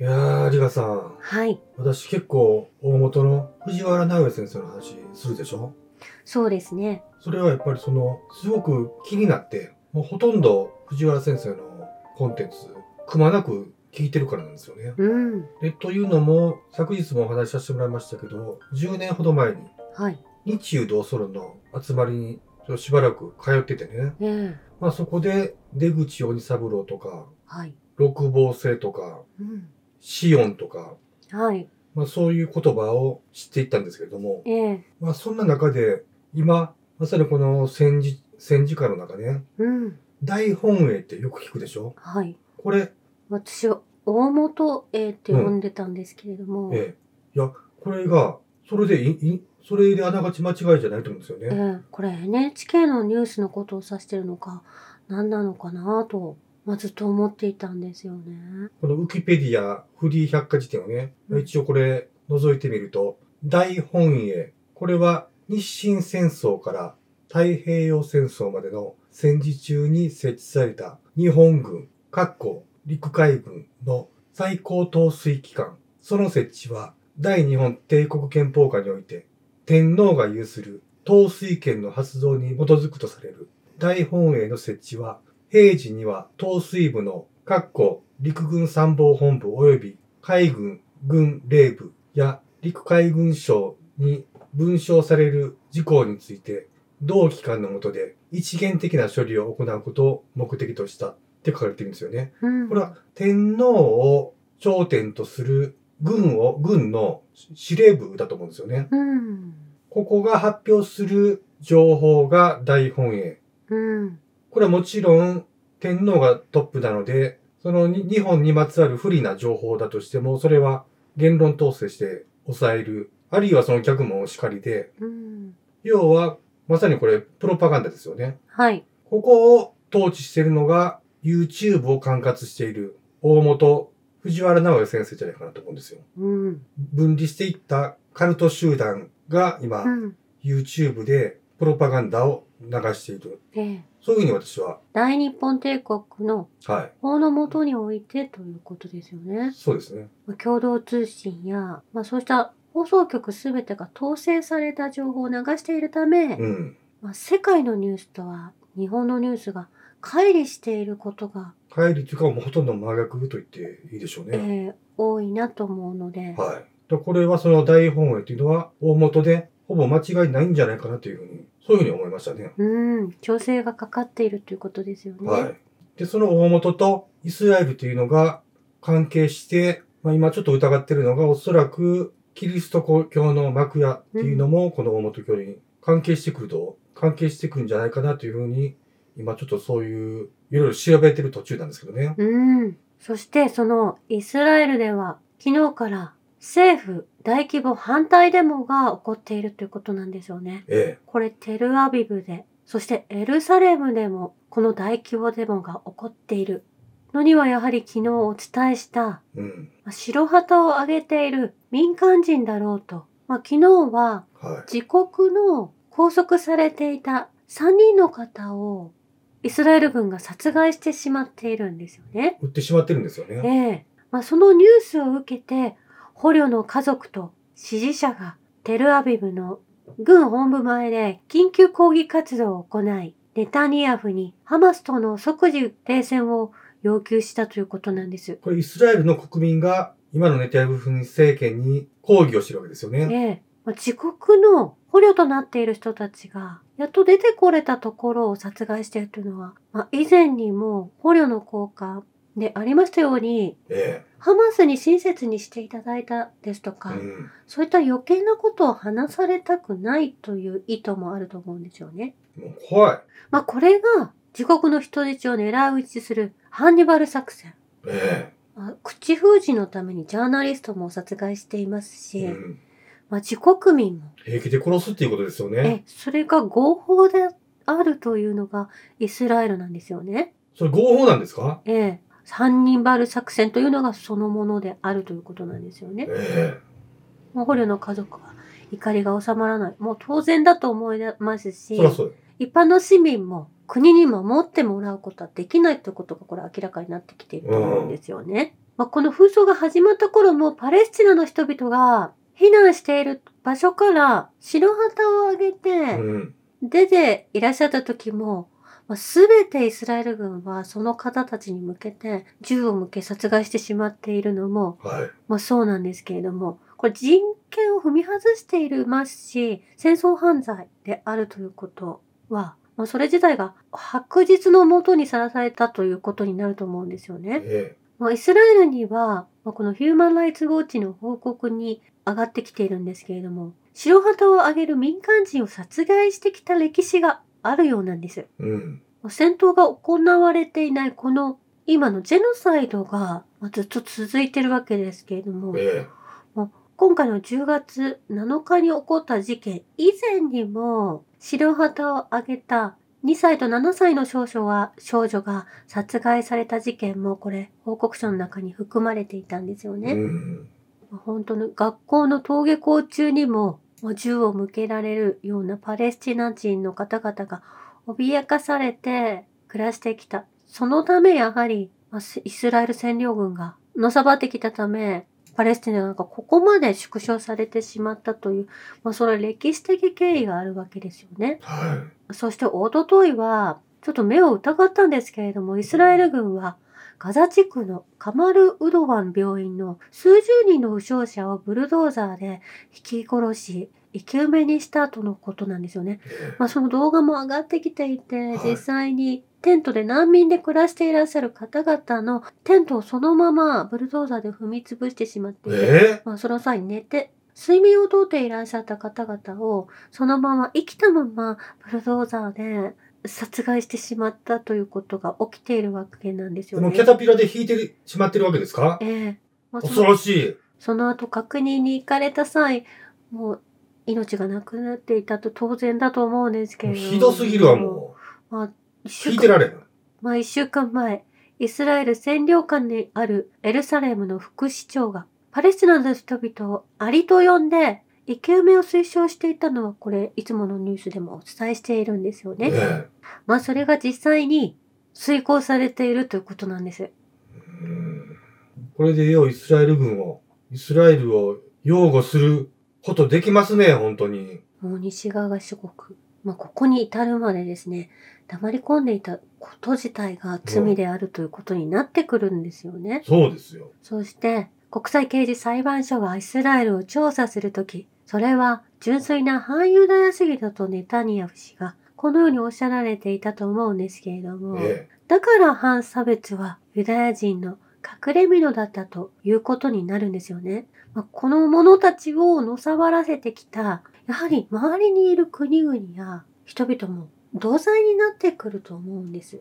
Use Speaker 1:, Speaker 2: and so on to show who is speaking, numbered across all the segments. Speaker 1: いやー、リカさん。
Speaker 2: はい。
Speaker 1: 私結構大元の藤原直哉先生の話するでしょ
Speaker 2: そうですね。
Speaker 1: それはやっぱりその、すごく気になって、もうほとんど藤原先生のコンテンツ、くまなく聞いてるからなんですよね。
Speaker 2: うん。
Speaker 1: で、というのも、昨日もお話しさせてもらいましたけど、10年ほど前に、
Speaker 2: はい。
Speaker 1: 日中同ソロの集まりに、ちょっとしばらく通っててね。
Speaker 2: ええ。
Speaker 1: まあそこで、出口鬼三郎とか、
Speaker 2: はい。
Speaker 1: 六芒星とか、
Speaker 2: うん。
Speaker 1: シオンとか、
Speaker 2: はい。
Speaker 1: まあそういう言葉を知っていったんですけれども、
Speaker 2: ええ。
Speaker 1: まあそんな中で、今、まさにこの戦時、戦時下の中ね、
Speaker 2: うん。
Speaker 1: 大本営ってよく聞くでしょ
Speaker 2: はい。
Speaker 1: これ、
Speaker 2: 私は、大元絵って呼んでたんですけれども、え
Speaker 1: ええ。いや、これが、それでいい、いそれであながち間違いじゃないと思うんですよ
Speaker 2: え
Speaker 1: ね。
Speaker 2: これ NHK のニュースのことを指してるのか、何なのかなと、まあ、ずっと思っていたんですよね。
Speaker 1: このウィキペディアフリー百科事典をね、
Speaker 2: うん
Speaker 1: 一応これ覗いてみると、大本営。これは日清戦争から太平洋戦争までの戦時中に設置された日本軍、括弧陸海軍の最高統帥機関。その設置は大日本帝国憲法下において天皇が有する統帥権の発動に基づくとされる大本営の設置は平時には統帥部の括弧陸軍参謀本部及び海軍軍令部や陸海軍省に文章される事項について同機関の下で一元的な処理を行うことを目的としたって書かれてるんですよね。
Speaker 2: うん。
Speaker 1: これは天皇を頂点とする軍を、軍の司令部だと思うんですよね。
Speaker 2: うん。
Speaker 1: ここが発表する情報が大本営。
Speaker 2: うん。
Speaker 1: これはもちろん天皇がトップなので、そのに日本にまつわる不利な情報だとしても、それは言論統制して抑える。あるいはその逆もしかりで、
Speaker 2: うん。
Speaker 1: 要はまさにこれプロパガンダですよね。
Speaker 2: はい。
Speaker 1: ここを統治しているのが YouTube を管轄している大本藤原直哉先生じゃないかなと思うんですよ。
Speaker 2: うん。
Speaker 1: 分離していったカルト集団が今、
Speaker 2: うん。
Speaker 1: YouTube でプロパガンダを流している。
Speaker 2: ええ。
Speaker 1: そういうふうに私は、
Speaker 2: 大日本帝国の
Speaker 1: は
Speaker 2: 法のもとにおいてということですよね
Speaker 1: い。。そうですね。
Speaker 2: まあ共同通信や、まあ、そうした放送局すべてが統制された情報を流しているため、
Speaker 1: うん。
Speaker 2: まあ、世界のニュースとは日本のニュースが乖離していることが、
Speaker 1: 帰りというか、もうほとんど真逆と言っていいでしょう
Speaker 2: え
Speaker 1: ね。
Speaker 2: ー多いなと思うので、
Speaker 1: はい。でこれはその大本営というのは、大元で、ほぼ間違いないんじゃないかなというふうに、そういうふうに思いましたね。
Speaker 2: うん調整がかかっているということですよね。
Speaker 1: はい。で、その大元とイスラエルというのが関係して、まあ今ちょっと疑ってるのが、おそらくキリスト教の幕屋っていうのも、この大元教に関係してくると、関係してくるんじゃないかなというふうに、今ちょっとそういう、いろいろ調べてる途中なんですけどね。
Speaker 2: うんそしてそのイスラエルでは昨日から政府大規模反対デモが起こっているということなんですよね。
Speaker 1: え
Speaker 2: これテルアビブで、そしてエルサレムでもこの大規模デモが起こっているのにはやはり昨日お伝えした
Speaker 1: え。うん。
Speaker 2: まあ白旗を上げている民間人だろうと、まあ、昨日は
Speaker 1: はい。
Speaker 2: 自国の拘束されていた3人の方をイスラエル軍が殺害してしまっているんですよね。
Speaker 1: 売ってしまってるんですよね。
Speaker 2: ええまあ、そのニュースを受けて捕虜の家族と支持者がテルアビブの軍本部前で緊急抗議活動を行いネタニヤフにハマスとの即時停戦を要求したということなんです。
Speaker 1: これイスラエルの国民が、今のネタヤフ政権に抗議をしてるわけですよね。
Speaker 2: ええまあ、自国の捕虜となっている人たちがやっと出てこれたところを殺害しているというのは、まあ、以前にも捕虜の交換でありましたように
Speaker 1: え
Speaker 2: ハマスに親切にしていただいたですと
Speaker 1: え。
Speaker 2: か、
Speaker 1: うん。
Speaker 2: そういった余計なことを話されたくないという意図もあると思うんですよね。
Speaker 1: もう怖い。
Speaker 2: まあこれが自国の人質を狙い撃ちするハンニバル作戦。
Speaker 1: え
Speaker 2: まあ口封じのためにジャーナリストも殺害しています
Speaker 1: え。
Speaker 2: し、
Speaker 1: うん。
Speaker 2: まあ自国民も、
Speaker 1: 平気で殺すっていうことですよね。
Speaker 2: え、それが合法であるというのがイスラエルなんですよね。
Speaker 1: それ合法なんですか
Speaker 2: ええ、ハンニバル作戦というのがそのものであるということなんですよね。
Speaker 1: え
Speaker 2: もう捕虜の家族は怒りが収まらない。もう当然だと思います
Speaker 1: え
Speaker 2: し、
Speaker 1: そりゃそうよ。
Speaker 2: 一般の市民も国に守ってもらうことはできないということがこれ明らかになってきていると思うんですよね。まあ、この紛争が始まった頃もパレスチナの人々が避難している場所から白旗を上げ
Speaker 1: う
Speaker 2: て
Speaker 1: ん。
Speaker 2: 出ていらっしゃった時も、まあ、全てイスラエル軍はその方たちに向けて銃を向け殺害してしまっているのも
Speaker 1: はい。
Speaker 2: まあ、そうなんですけれども、これ人権を踏み外していますし、戦争犯罪であるということは、まあ、それ自体が白日のもとにさらされたということになると思うんですよね。
Speaker 1: え
Speaker 2: まあ、イスラエルには、まあ、このヒューマン・ライツ・ウォッチの報告に上がってきているんですけれども、白旗を上げる民間人を殺害してきた歴史があるようなんです。
Speaker 1: え。うん。
Speaker 2: まあ戦闘が行われていないこの今のジェノサイドがまあずっと続いてるわけですけれども、
Speaker 1: え
Speaker 2: 今回の10月7日に起こった事件以前にも白旗を上げた2歳と7歳の少女は少女が殺害された事件もこれ報告書の中に含まれていたんですよ
Speaker 1: え。
Speaker 2: ね。
Speaker 1: うん。
Speaker 2: 本当に学校の登下校中にももう銃を向けられるようなパレスチナ人の方々が脅かされて暮らしてきた。そのためやはりまあすイスラエル占領軍がのさばってきたため、パレスチナがここまで縮小されてしまったという、まあ、それは歴史的経緯があるわけですよね。
Speaker 1: は
Speaker 2: そしておとといは、ちょっと目を疑ったんですけれども、イスラエル軍はガザ地区のカマル・ウドワン病院の数十人の負傷者をブルドーザーで引き殺し、生き埋めにしたとのことなんですよね。
Speaker 1: い。え
Speaker 2: まあ、その動画も上がってきていて、
Speaker 1: はい
Speaker 2: 実際にテントで難民で暮らしていらっしゃる方々のテントをそのままブルドーザーで踏み潰してしまっていて、
Speaker 1: え。
Speaker 2: まあ、その際に寝て、睡眠をとっていらっしゃった方々を、そのまま生きたままブルドーザーで殺害してしまったということが起きているわけなんです
Speaker 1: で
Speaker 2: よ
Speaker 1: も
Speaker 2: ね。
Speaker 1: キャタピラで引いてしまってるわけですか
Speaker 2: ええまあ、そ
Speaker 1: 恐
Speaker 2: の
Speaker 1: ろしい。
Speaker 2: その後確認に行かれた際、もう命がなくなっていたと当然だと思うんですけれども。
Speaker 1: ひどすぎるわ、も
Speaker 2: う。一
Speaker 1: う。
Speaker 2: 週
Speaker 1: 引いて
Speaker 2: 間
Speaker 1: られん。
Speaker 2: まあ、一週間前、イスラエル占領下にあるエルサレムの副市長が、パレスチナの人々をアリと呼んで、生き埋めを推奨していたのは、これ、いつものニュースでもお伝えしているんですよ
Speaker 1: え
Speaker 2: ね。まあ、それが実際に遂行されているということなんです。
Speaker 1: えうんこれでようイスラエル軍を、イスラエルを擁護することできますね、本当に。
Speaker 2: もう西側が諸国。まあ、ここに至るまでですね、黙り込んでいたこと自体が罪であるということになってくるんですよね。
Speaker 1: そうですよ。
Speaker 2: そして、国際刑事裁判所がイスラエルを調査するとき、それは純粋な反ユダヤ主義だとネタニヤフ氏がこのようにおっしゃられていたと思うんですけれども、
Speaker 1: え
Speaker 2: だから反差別はユダヤ人の隠れ蓑だったということになるんですよね。まあ、この者たちをのさばらせてきた、やはり周りにいる国々や人々も同罪になってくると思うんです。
Speaker 1: え。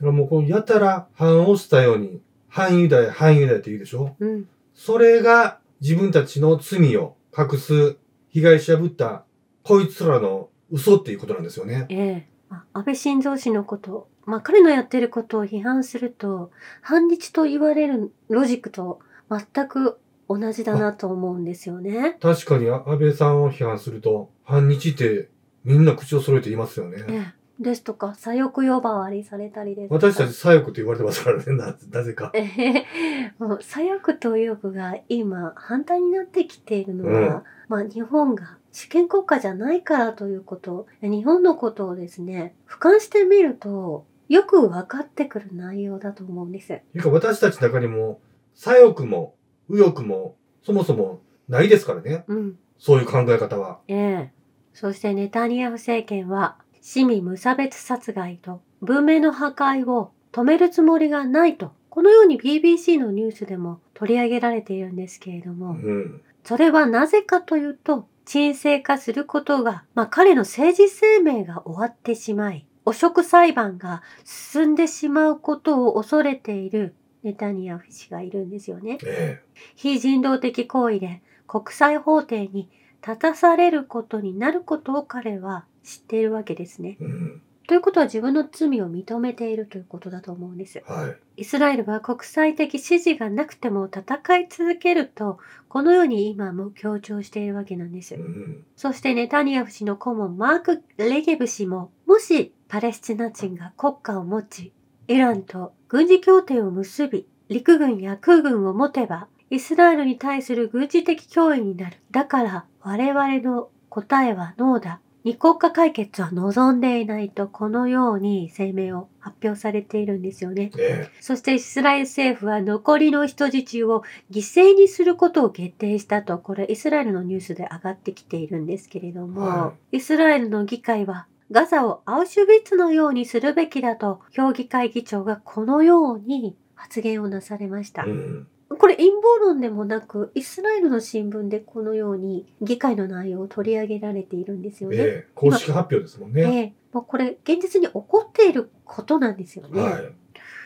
Speaker 1: だからもうこのやたら反をしたように、反ユダヤ、反ユダヤって言うでしょ
Speaker 2: うん。
Speaker 1: それが自分たちの罪を隠す被害者ぶったこいつらの嘘っていうことなんですよね。
Speaker 2: ええまあ安倍晋三氏のこと、まあ、彼のやってることを批判すると、反日と言われるロジックと全く同じだなと思うんですよね。
Speaker 1: 確かにあ安倍さんを批判すると、反日ってみんな口を揃えて言いますよ
Speaker 2: え
Speaker 1: ね。
Speaker 2: えですとか、左翼呼ばわりされたりですとか。
Speaker 1: 私たち左翼って言われてますからね、ななぜか。
Speaker 2: ええもう左翼と右翼が今反対になってきているの
Speaker 1: う
Speaker 2: は、まあ、日本が主権国家じゃないからということ日本のことをですね俯瞰してみるとよく分かってくる内容だと思うんです。
Speaker 1: いうか私たちの中にも、左翼も右翼もそもそもないですからね。
Speaker 2: うん
Speaker 1: そういう考え方は。
Speaker 2: ええ。そしてネタニヤフ政権は市民無差別殺害と文明の破壊を止めるつもりがないと、このように BBC のニュースでも取り上げられているんですけれど
Speaker 1: う
Speaker 2: も、
Speaker 1: ん。
Speaker 2: それはなぜかというと、沈静化することが、まあ彼の政治生命が終わってしまい、汚職裁判が進んでしまうことを恐れているネタニヤフ氏がいるんですよね。
Speaker 1: え
Speaker 2: 非人道的行為で国際法廷に立たされることになることを彼は知っているわけですね。
Speaker 1: え。うん。
Speaker 2: ということは自分の罪を認めているということだと思うんです。
Speaker 1: はい。
Speaker 2: イスラエルは国際的支持がなくても戦い続けると、このように今も強調しているわけなんです
Speaker 1: う。ん。
Speaker 2: そしてネタニヤフ氏の顧問マーク・レゲブ氏も、もしパレスチナ人が国家を持ち、イランと軍事協定を結び、陸軍や空軍を持てば、イスラエルに対する軍事的脅威になる。だから、我々の答えはノーだ。二国家解決は望んでいないと、このように声明を発表されているんですよね。
Speaker 1: え
Speaker 2: そしてイスラエル政府は残りの人質を犠牲にすることを決定したと、これイスラエルのニュースで上がってきているんですけれども、
Speaker 1: は
Speaker 2: イスラエルの議会はガザをアウシュビッツのようにするべきだと、評議会議長がこのように発言をなされました。
Speaker 1: えうん。
Speaker 2: これ陰謀論でもなく、イスラエルの新聞でこのように議会の内容を取り上げられているんですよね。
Speaker 1: ええ公式発表ですもん
Speaker 2: え
Speaker 1: ね。
Speaker 2: えもうこれ現実に起こっていることなんですよね。
Speaker 1: はい。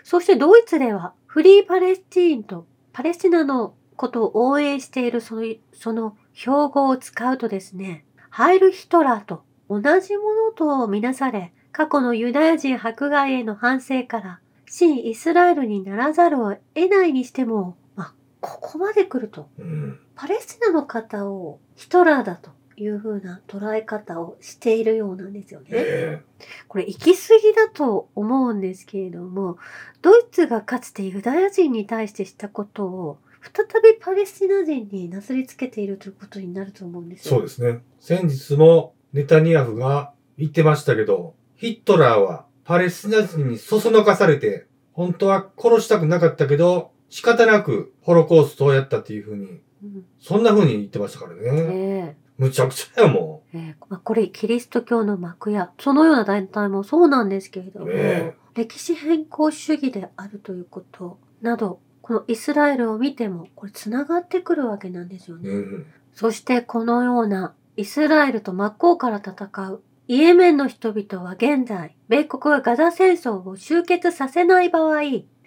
Speaker 2: そしてドイツではフリーパレスチンとパレスチナのことを応援しているそのその標語を使うとですね、ハイル・ヒトラーと同じものとみなされ、過去のユダヤ人迫害への反省から、新イスラエルにならざるを得ないにしても、まあ、ここまで来ると、
Speaker 1: うん。
Speaker 2: パレスチナの方をヒトラーだというふうな捉え方をしているようなんですよね。
Speaker 1: え
Speaker 2: これ行き過ぎだと思うんですけれども、ドイツがかつてユダヤ人に対してしたことを、再びパレスチナ人になすりつけているということになると思うんで
Speaker 1: え
Speaker 2: すよ。
Speaker 1: そうですね。先日もネタニヤフが言ってましたけど、ヒトラーはパレスチナ人にそそのかされて、本当は殺したくなかったけど、仕方なくホロコーストをやったっていうふうに、
Speaker 2: うん
Speaker 1: そんなふうに言ってましたからね。
Speaker 2: え
Speaker 1: むちゃくちゃやも
Speaker 2: えええまあこれ、キリスト教の幕や、そのような団体もそうなんですけれども、
Speaker 1: え
Speaker 2: 歴史変更主義であるということなど、このイスラエルを見ても、これ繋がってくるわけなんですよね
Speaker 1: ん。。うん。
Speaker 2: そしてこのようなイスラエルと真っ向から戦うイエメンの人々は現在、米国がガザ戦争を終結させない場合、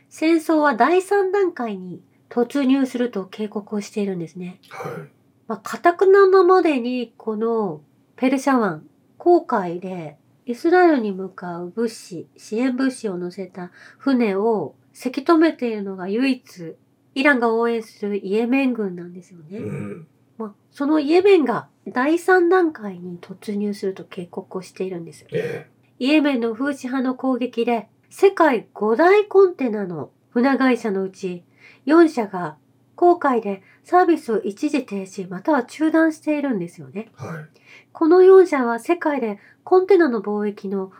Speaker 2: 戦争は第3段階に突入すると警告をしているんですね。
Speaker 1: は
Speaker 2: まあ、かたくななまでにこのペルシャ湾、航海でイスラエルに向かう物資、支援物資を乗せた船をせき止めているのが唯一、イランが応援するイエメン軍なんですよ
Speaker 1: い。
Speaker 2: ね。
Speaker 1: うん。
Speaker 2: まあ、そのイエメンが第3段階に突入すると警告をしているんです。
Speaker 1: え
Speaker 2: イエメンの風刺派の攻撃で、世界5大コンテナの船会社のうち4社が航海でサービスを一時停止または中断しているんですよね
Speaker 1: え。。はい。
Speaker 2: この4社は世界でコンテナの貿易の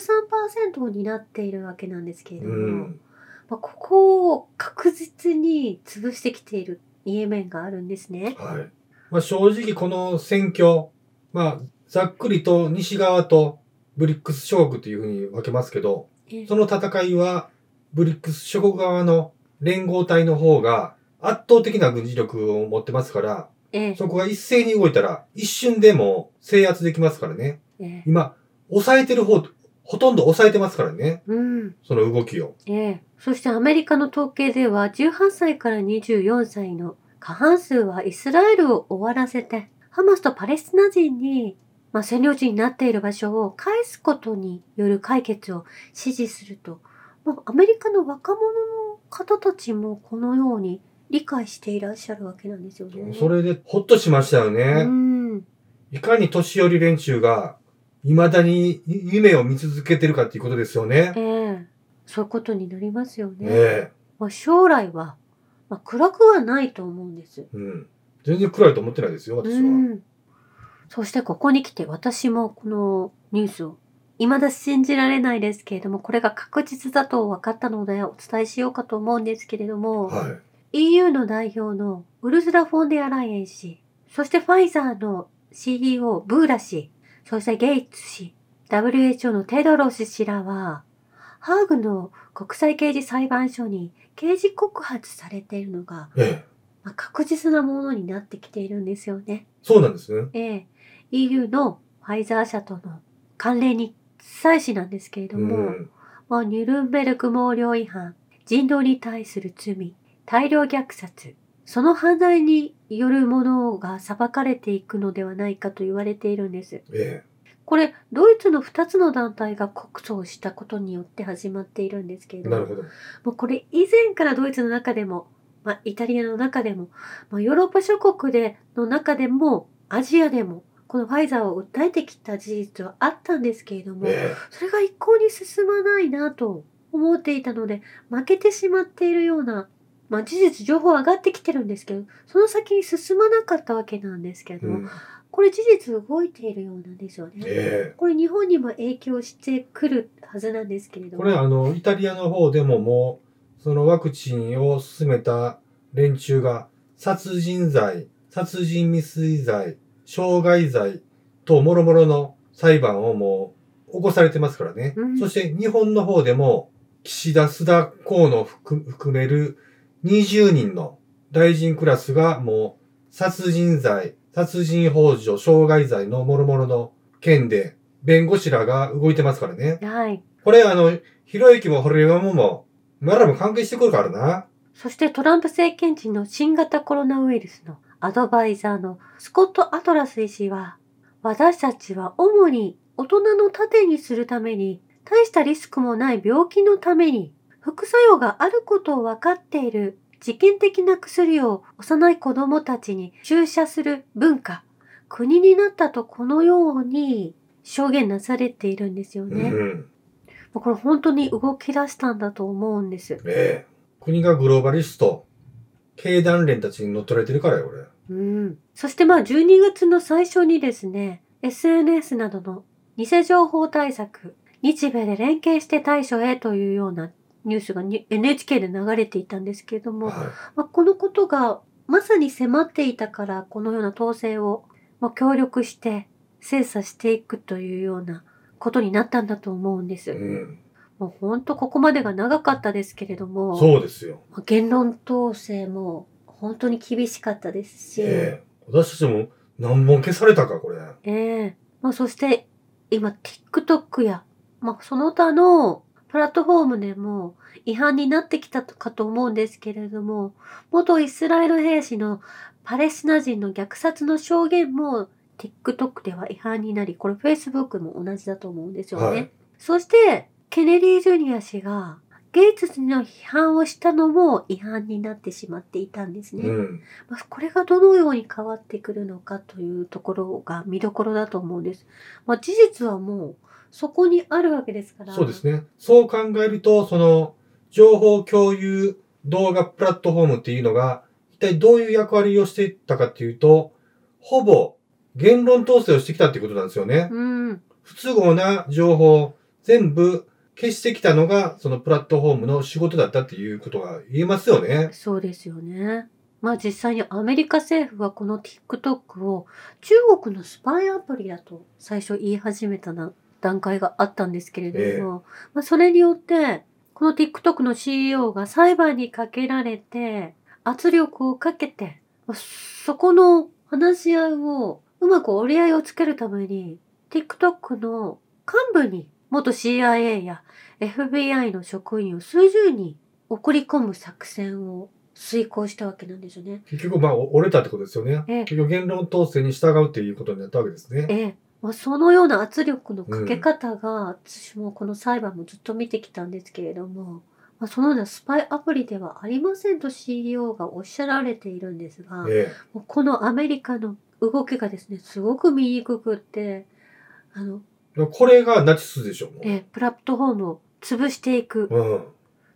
Speaker 2: 53%を担っているわけなんですけれども、
Speaker 1: うん。
Speaker 2: まあ、ここを確実に潰してきているイエメンがあるんですね。
Speaker 1: はい。まあ正直この選挙、まあざっくりと西側とブリックス諸国というふうに分けますけど、
Speaker 2: え
Speaker 1: その戦いはブリックス諸国側の連合体の方が圧倒的な軍事力を持ってますから、
Speaker 2: ええ
Speaker 1: そこが一斉に動いたら一瞬でも制圧できますからね。
Speaker 2: ええ
Speaker 1: 今、抑えてる方、ほとんど抑えてますからね。
Speaker 2: うん、
Speaker 1: その動きを。
Speaker 2: ええそしてアメリカの統計では18歳から24歳の過半数はイスラエルを終わらせてハマスとパレスチナ人に、まあ、占領地になっている場所を返すことによる解決を支持すると、まあ、アメリカの若者の方たちもこのように理解していらっしゃるわけなんですよね。
Speaker 1: それでほっとしましたよね。
Speaker 2: うん
Speaker 1: いかに年寄り連中が、未だに夢を見続けてるかっていうことですよね。
Speaker 2: ええそういうことになりますよね。
Speaker 1: ねえ。
Speaker 2: まあ、将来は、まあ、暗くはないと思うんです。
Speaker 1: うん。全然暗いと思ってないですよ、私は。
Speaker 2: うん、そしてここに来て私もこのニュースを未だ信じられないですけれどもこれが確実だと分かったのでお伝えしようかと思うんですけれども、
Speaker 1: は
Speaker 2: EU の代表のウルスラ・フォンデアライエン氏そしてファイザーの CEO ブーラ氏そしてゲイツ氏 WHO のテドロス氏らはハーグの国際刑事裁判所に刑事告発されているのが、
Speaker 1: い。ええ。
Speaker 2: まあ確実なものになってきているんですよね。
Speaker 1: そうなんですね。
Speaker 2: ええ EU のファイザー社との関連に際しなんですけれども、
Speaker 1: うん。
Speaker 2: まあ、ニュルンベルク毛量違反、人道に対する罪、大量虐殺、その犯罪によるものが裁かれていくのではないかと言われているんです。
Speaker 1: え
Speaker 2: これ、ドイツの2つの団体が告訴をしたことによって始まっているんですけれ
Speaker 1: え。
Speaker 2: ど
Speaker 1: な
Speaker 2: も
Speaker 1: る、ほど。
Speaker 2: もうこれ以前からドイツの中でも、まあ、イタリアの中でも、まあ、ヨーロッパ諸国での中でもアジアでもこのファイザーを訴えてきた事実はあったんですけれども
Speaker 1: え
Speaker 2: それが一向に進まないなと思っていたので負けてしまっているようなまあ、事実情報上がってきてるんですけどその先に進まなかったわけなんですけど、
Speaker 1: うん、
Speaker 2: これ事実動いているようなんですよね。
Speaker 1: え
Speaker 2: これ日本にも影響してくるはずなんですけれ
Speaker 1: え
Speaker 2: ど
Speaker 1: これ
Speaker 2: も
Speaker 1: あのイタリアの方でももうそのワクチンを進めた連中が殺人罪殺人未遂罪傷害罪と諸々の裁判をもう起こされてますからね、
Speaker 2: うん
Speaker 1: そして日本の方でも岸田須田河野含含める20人の大臣クラスがもう殺人罪殺人幇助傷害罪の諸々の件で弁護士らが動いてますからね、
Speaker 2: はい
Speaker 1: これ、あの、ひろゆきも堀江もも、お前らも関係してくるからな。
Speaker 2: そしてトランプ政権時の新型コロナウイルスのアドバイザーのスコット・アトラス医師は私たちは主に大人の盾にするために大したリスクもない病気のために副作用があることを分かっている実験的な薬を幼い子どもたちに注射する文化国になったとこのように証言なされているんですよ
Speaker 1: う
Speaker 2: ね。も
Speaker 1: ん。
Speaker 2: うこれ本当に動き出したんだと思うんです。
Speaker 1: ええ。国がグローバリスト、経団連たちに乗っ取られてるからよ、俺。
Speaker 2: うん、そしてまあ12月の最初にですね SNS などの偽情報対策日米で連携して対処へというようなニュースがに NHK で流れていたんですけれども、ま
Speaker 1: は
Speaker 2: あ、このことがまさに迫っていたからこのような統制を、まあ、協力して精査していくというようなことになったんだと思うんで
Speaker 1: い。
Speaker 2: す。
Speaker 1: うん。
Speaker 2: もうほんとここまでが長かったですけれども、
Speaker 1: そうですよ。
Speaker 2: まあ言論統制も本当に厳しかったですし、
Speaker 1: ええ。私たちも何本消されたか、これ。
Speaker 2: ええまあ、そして今 TikTok や、まあ、その他のプラットフォームでも違反になってきたかと思うんですけれども元イスラエル兵士のパレスチナ人の虐殺の証言も TikTok では違反になりこれ Facebook も同じだと思うんですよね。
Speaker 1: はい
Speaker 2: そしてケネディ・ジュニア氏がゲイツ氏の批判をしたのも違反になってしまっていたんですね。
Speaker 1: うん。
Speaker 2: まあ、これがどのように変わってくるのかというところが見どころだと思うんです。まあ、事実はもうそこにあるわけですから。
Speaker 1: そうですね。そう考えると、その、情報共有動画プラットフォームっていうのが、一体どういう役割をしていったかっていうと、ほぼ言論統制をしてきたっていうことなんですよね。
Speaker 2: うん。
Speaker 1: 不都合な情報、全部消してきたのが、そのプラットフォームの仕事だったっていうことが言えますよね。
Speaker 2: そうですよね。まあ実際にアメリカ政府はこの TikTok を中国のスパイアプリだと最初言い始めたな段階があったんですけれども、まあ、それによってこの TikTok の CEO が裁判にかけられて圧力をかけてまあそこの話し合いをうまく折り合いをつけるために TikTok の幹部に元 CIA や FBI の職員を数十人送り込む作戦を遂行したわけなんですよね。
Speaker 1: 結局、まあ、お折れたってことですよね。
Speaker 2: ええ
Speaker 1: 結局、言論統制に従うっていうことになったわけですね。
Speaker 2: ええまあ、そのような圧力のかけ方が、私もこの裁判もずっと見てきたんですけれども、まあ、そのようなスパイアプリではありませんと CEO がおっしゃられているんですが、
Speaker 1: え
Speaker 2: もうこのアメリカの動きがですねすごく見にくくってあの、
Speaker 1: え。これがナチスでしょ、もう。
Speaker 2: ええプラットフォームを潰していく、
Speaker 1: うん。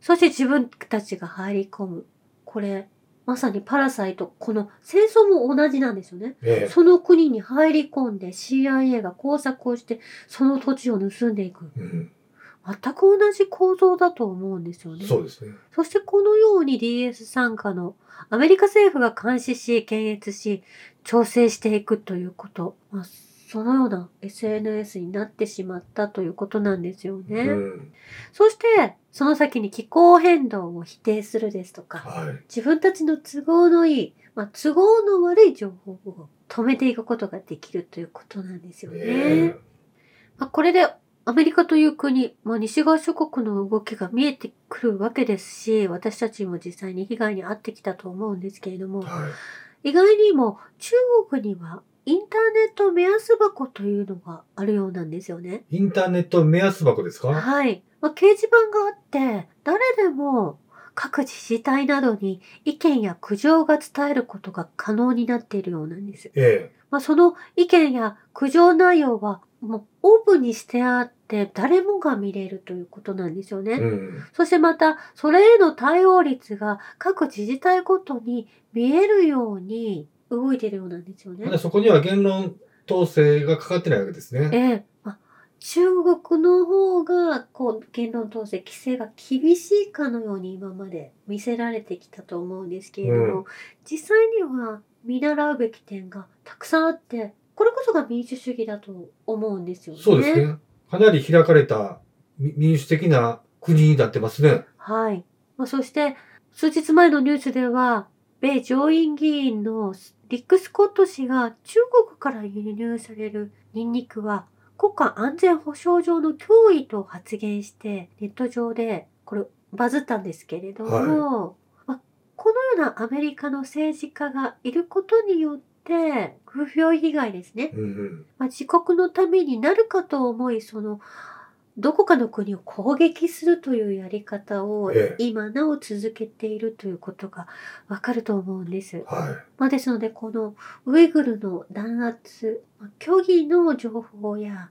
Speaker 2: そして自分たちが入り込むこれまさにパラサイトこの戦争も同じなんですよね。
Speaker 1: ええ。
Speaker 2: その国に入り込んで CIA が工作をしてその土地を盗んでいく
Speaker 1: うん、
Speaker 2: 全く同じ構造だと思うんですよね。
Speaker 1: そうですね。
Speaker 2: そしてこのように DS 参加のアメリカ政府が監視し検閲し調整していくということ、まあ、そのような SNS になってしまったということなんですよね。
Speaker 1: うん。
Speaker 2: そしてその先に気候変動を否定するですとか
Speaker 1: はい。
Speaker 2: 自分たちの都合のいい、まあ、都合の悪い情報を止めていくことができるということなんですよね。
Speaker 1: え
Speaker 2: まあ、これでアメリカという国、まあ、西側諸国の動きが見えてくるわけですし私たちも実際に被害に遭ってきたと思うんですけれど
Speaker 1: え。
Speaker 2: も
Speaker 1: はい。
Speaker 2: 意外にも中国にはインターネット目安箱というのがあるようなんですよね。
Speaker 1: インターネット目安箱ですか
Speaker 2: はい。まあ、掲示板があって、誰でも各自治体などに意見や苦情が伝えることが可能になっているようなんです。
Speaker 1: え
Speaker 2: まあ、その意見や苦情内容はもうオープンにしてあって誰もが見れるということなんですよね。
Speaker 1: うん。
Speaker 2: そしてまたそれへの対応率が各自治体ごとに見えるように動いてるようなんですよね
Speaker 1: ま。だそこには言論統制がかかってないわけですね。
Speaker 2: ええ、まあ中国の方がこう言論統制規制が厳しいかのように今まで見せられてきたと思うんですけれども、
Speaker 1: う
Speaker 2: 実際には見習うべき点がたくさんあってこれこそが民主主義だと思うんですよね。
Speaker 1: そうですね。かなり開かれたみ民主的な国になってますね。
Speaker 2: はい。まあ、そして、数日前のニュースでは、米上院議員のリック・スコット氏が中国から輸入されるニンニクは国家安全保障上の脅威と発言してネット上でこれバズったんですけれども、まあこのようなアメリカの政治家がいることによって風評被害ですね
Speaker 1: うんうん。
Speaker 2: まあ、自国のためになるかと思いそのどこかの国を攻撃するというやり方を
Speaker 1: ええ
Speaker 2: 今なお続けているということがわかると思うんです。
Speaker 1: は
Speaker 2: まあ、ですのでこのウイグルの弾圧まあ虚偽の情報や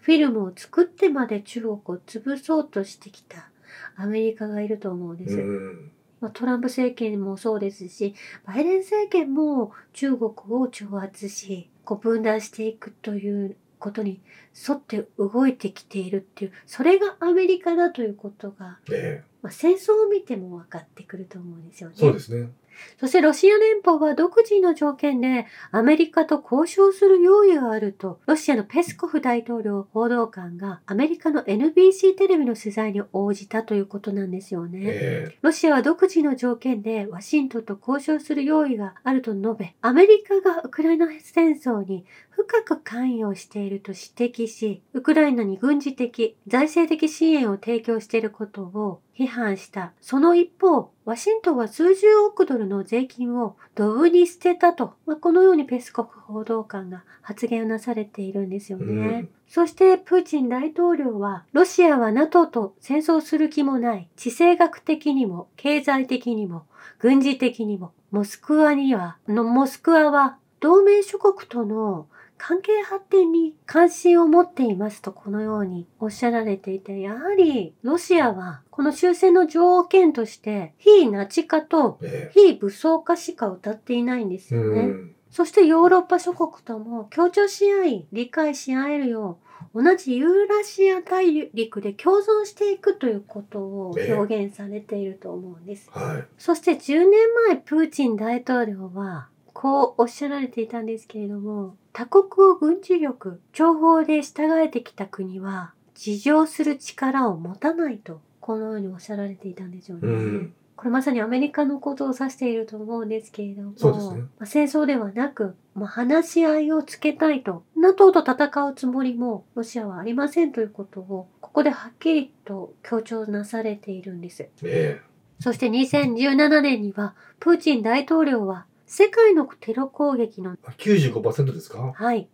Speaker 2: フィルムを作ってまで中国を潰そうとしてきたアメリカがいると思うんで
Speaker 1: い。
Speaker 2: す。
Speaker 1: うん。
Speaker 2: まあ、トランプ政権もそうですし、バイデン政権も中国を挑発し、こう分断していくということに沿って動いてきているっていう、それがアメリカだということが、
Speaker 1: ええ
Speaker 2: まあ、戦争を見ても分かってくると思うんですよね。
Speaker 1: そうですね。
Speaker 2: そしてロシア連邦は独自の条件でアメリカと交渉する用意があるとロシアのペスコフ大統領報道官がアメリカの NBC テレビの取材に応じたということなんですよね。
Speaker 1: え
Speaker 2: ロシアは独自の条件でワシントンと交渉する用意があると述べ、アメリカがウクライナ戦争に深く関与していると指摘し、ウクライナに軍事的、財政的支援を提供していることを批判した。その一方、ワシントンは数十億ドルの税金をドブに捨てたと、まあ、このようにペスコフ報道官が発言をなされているんですよね。
Speaker 1: うん
Speaker 2: そしてプーチン大統領は、ロシアは NATO と戦争する気もない、地政学的にも、経済的にも、軍事的にも、モスクワには、のモスクワは、同盟諸国との関係発展に関心を持っていますとこのようにおっしゃられていて、やはりロシアはこの終戦の条件として、非ナチ化と
Speaker 1: ええ
Speaker 2: 非武装化しか歌っていないんです
Speaker 1: えう
Speaker 2: よね。
Speaker 1: ん。
Speaker 2: そしてヨーロッパ諸国とも協調し合い、理解し合えるよう、同じユーラシア大陸で共存していくということを
Speaker 1: ええ
Speaker 2: 表現されていると思うんです。
Speaker 1: はい。
Speaker 2: そして10年前、プーチン大統領は、こうおっしゃられていたんですけれども、他国を軍事力、情報で従えてきた国は、自浄する力を持たないと、このようにおっしゃられていたんですよね。
Speaker 1: うん。
Speaker 2: これまさにアメリカのことを指していると思うんですけれども、
Speaker 1: そうですね
Speaker 2: まあ、戦争ではなく、まあ、話し合いをつけたいと、NATO と戦うつもりもロシアはありませんということを、ここではっきりと強調なされているんです。
Speaker 1: え
Speaker 2: そして2017年には、プーチン大統領は、世界のテロ攻撃の、
Speaker 1: え95%ですか
Speaker 2: はい、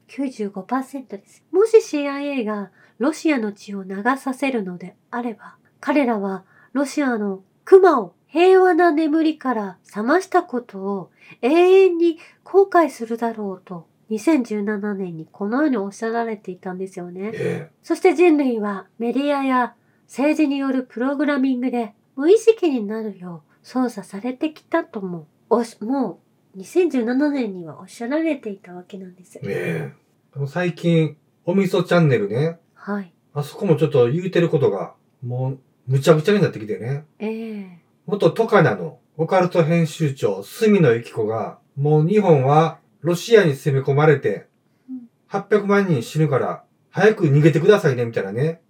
Speaker 2: 95%です。もし CIA がロシアの血を流させるのであれば、彼らはロシアのクマを平和な眠りから覚ましたことを永遠に後悔するだろうと、2017年にこのようにおっしゃられていたんですよね。
Speaker 1: え
Speaker 2: そして人類はメディアや政治によるプログラミングで無意識になるよう操作されてきたとも、おしもう2017年にはおっしゃられていたわけなんです
Speaker 1: え。ええ最近、おみそチャンネルね。
Speaker 2: はい。
Speaker 1: あそこもちょっと言うてることが、もう、むちゃくちゃになってきてね。
Speaker 2: ええ
Speaker 1: 元トカナのオカルト編集長、住野由紀子が、もう日本はロシアに攻め込まれて
Speaker 2: うん、
Speaker 1: 800万人死ぬから、早く逃げてくださいね、みたいなね。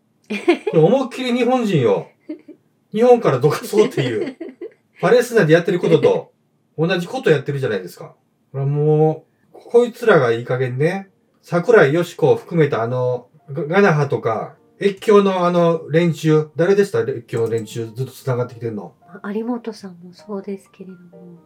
Speaker 1: これ思いっきり日本人を、日本からどかそうっていう、パレスチナでやってることと、同じことやってるじゃないですか。これはもう、こいつらがいい加減ね、桜井よし子を含めたあの、ガガナハとか、越境のあの連中、誰でした越境の連中ずっと繋がってきてんの。
Speaker 2: まあ有本さんもそうですけれども。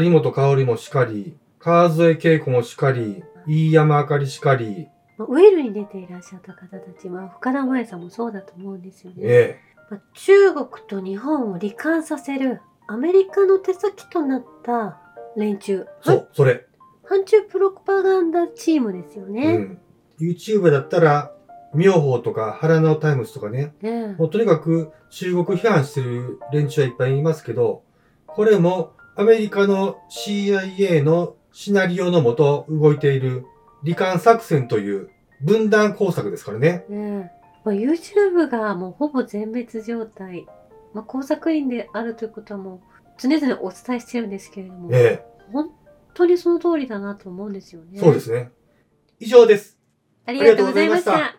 Speaker 1: 有本香織もしかり、川添恵子もしかり、飯山あかりしかり、
Speaker 2: まあウェルに出ていらっしゃった方たちは深田萌さんもそうだと思うんですよね。
Speaker 1: え
Speaker 2: まあ中国と日本を罹患させるアメリカの手先となった連中。
Speaker 1: え、そう、それ。
Speaker 2: 反中プロパガンダチームですよね。
Speaker 1: うん。YouTuber だったら、妙法とか、ハラナオタイムズとかね、
Speaker 2: ね
Speaker 1: もうとにかく中国批判してる連中はいっぱいいますけど、これもアメリカの CIA のシナリオのもと動いている罹患作戦という分断工作ですからね。
Speaker 2: え。ねえ。まあ、YouTube がもうほぼ全滅状態。まあ、工作員であるということはもう常々お伝えしてるんですけれども、
Speaker 1: え
Speaker 2: 本当にその通りだなと思うんですよ
Speaker 1: え、
Speaker 2: ね。
Speaker 1: そうですね。以上です。
Speaker 2: ありがとうございま
Speaker 1: ありがとうご
Speaker 2: し。
Speaker 1: ざいました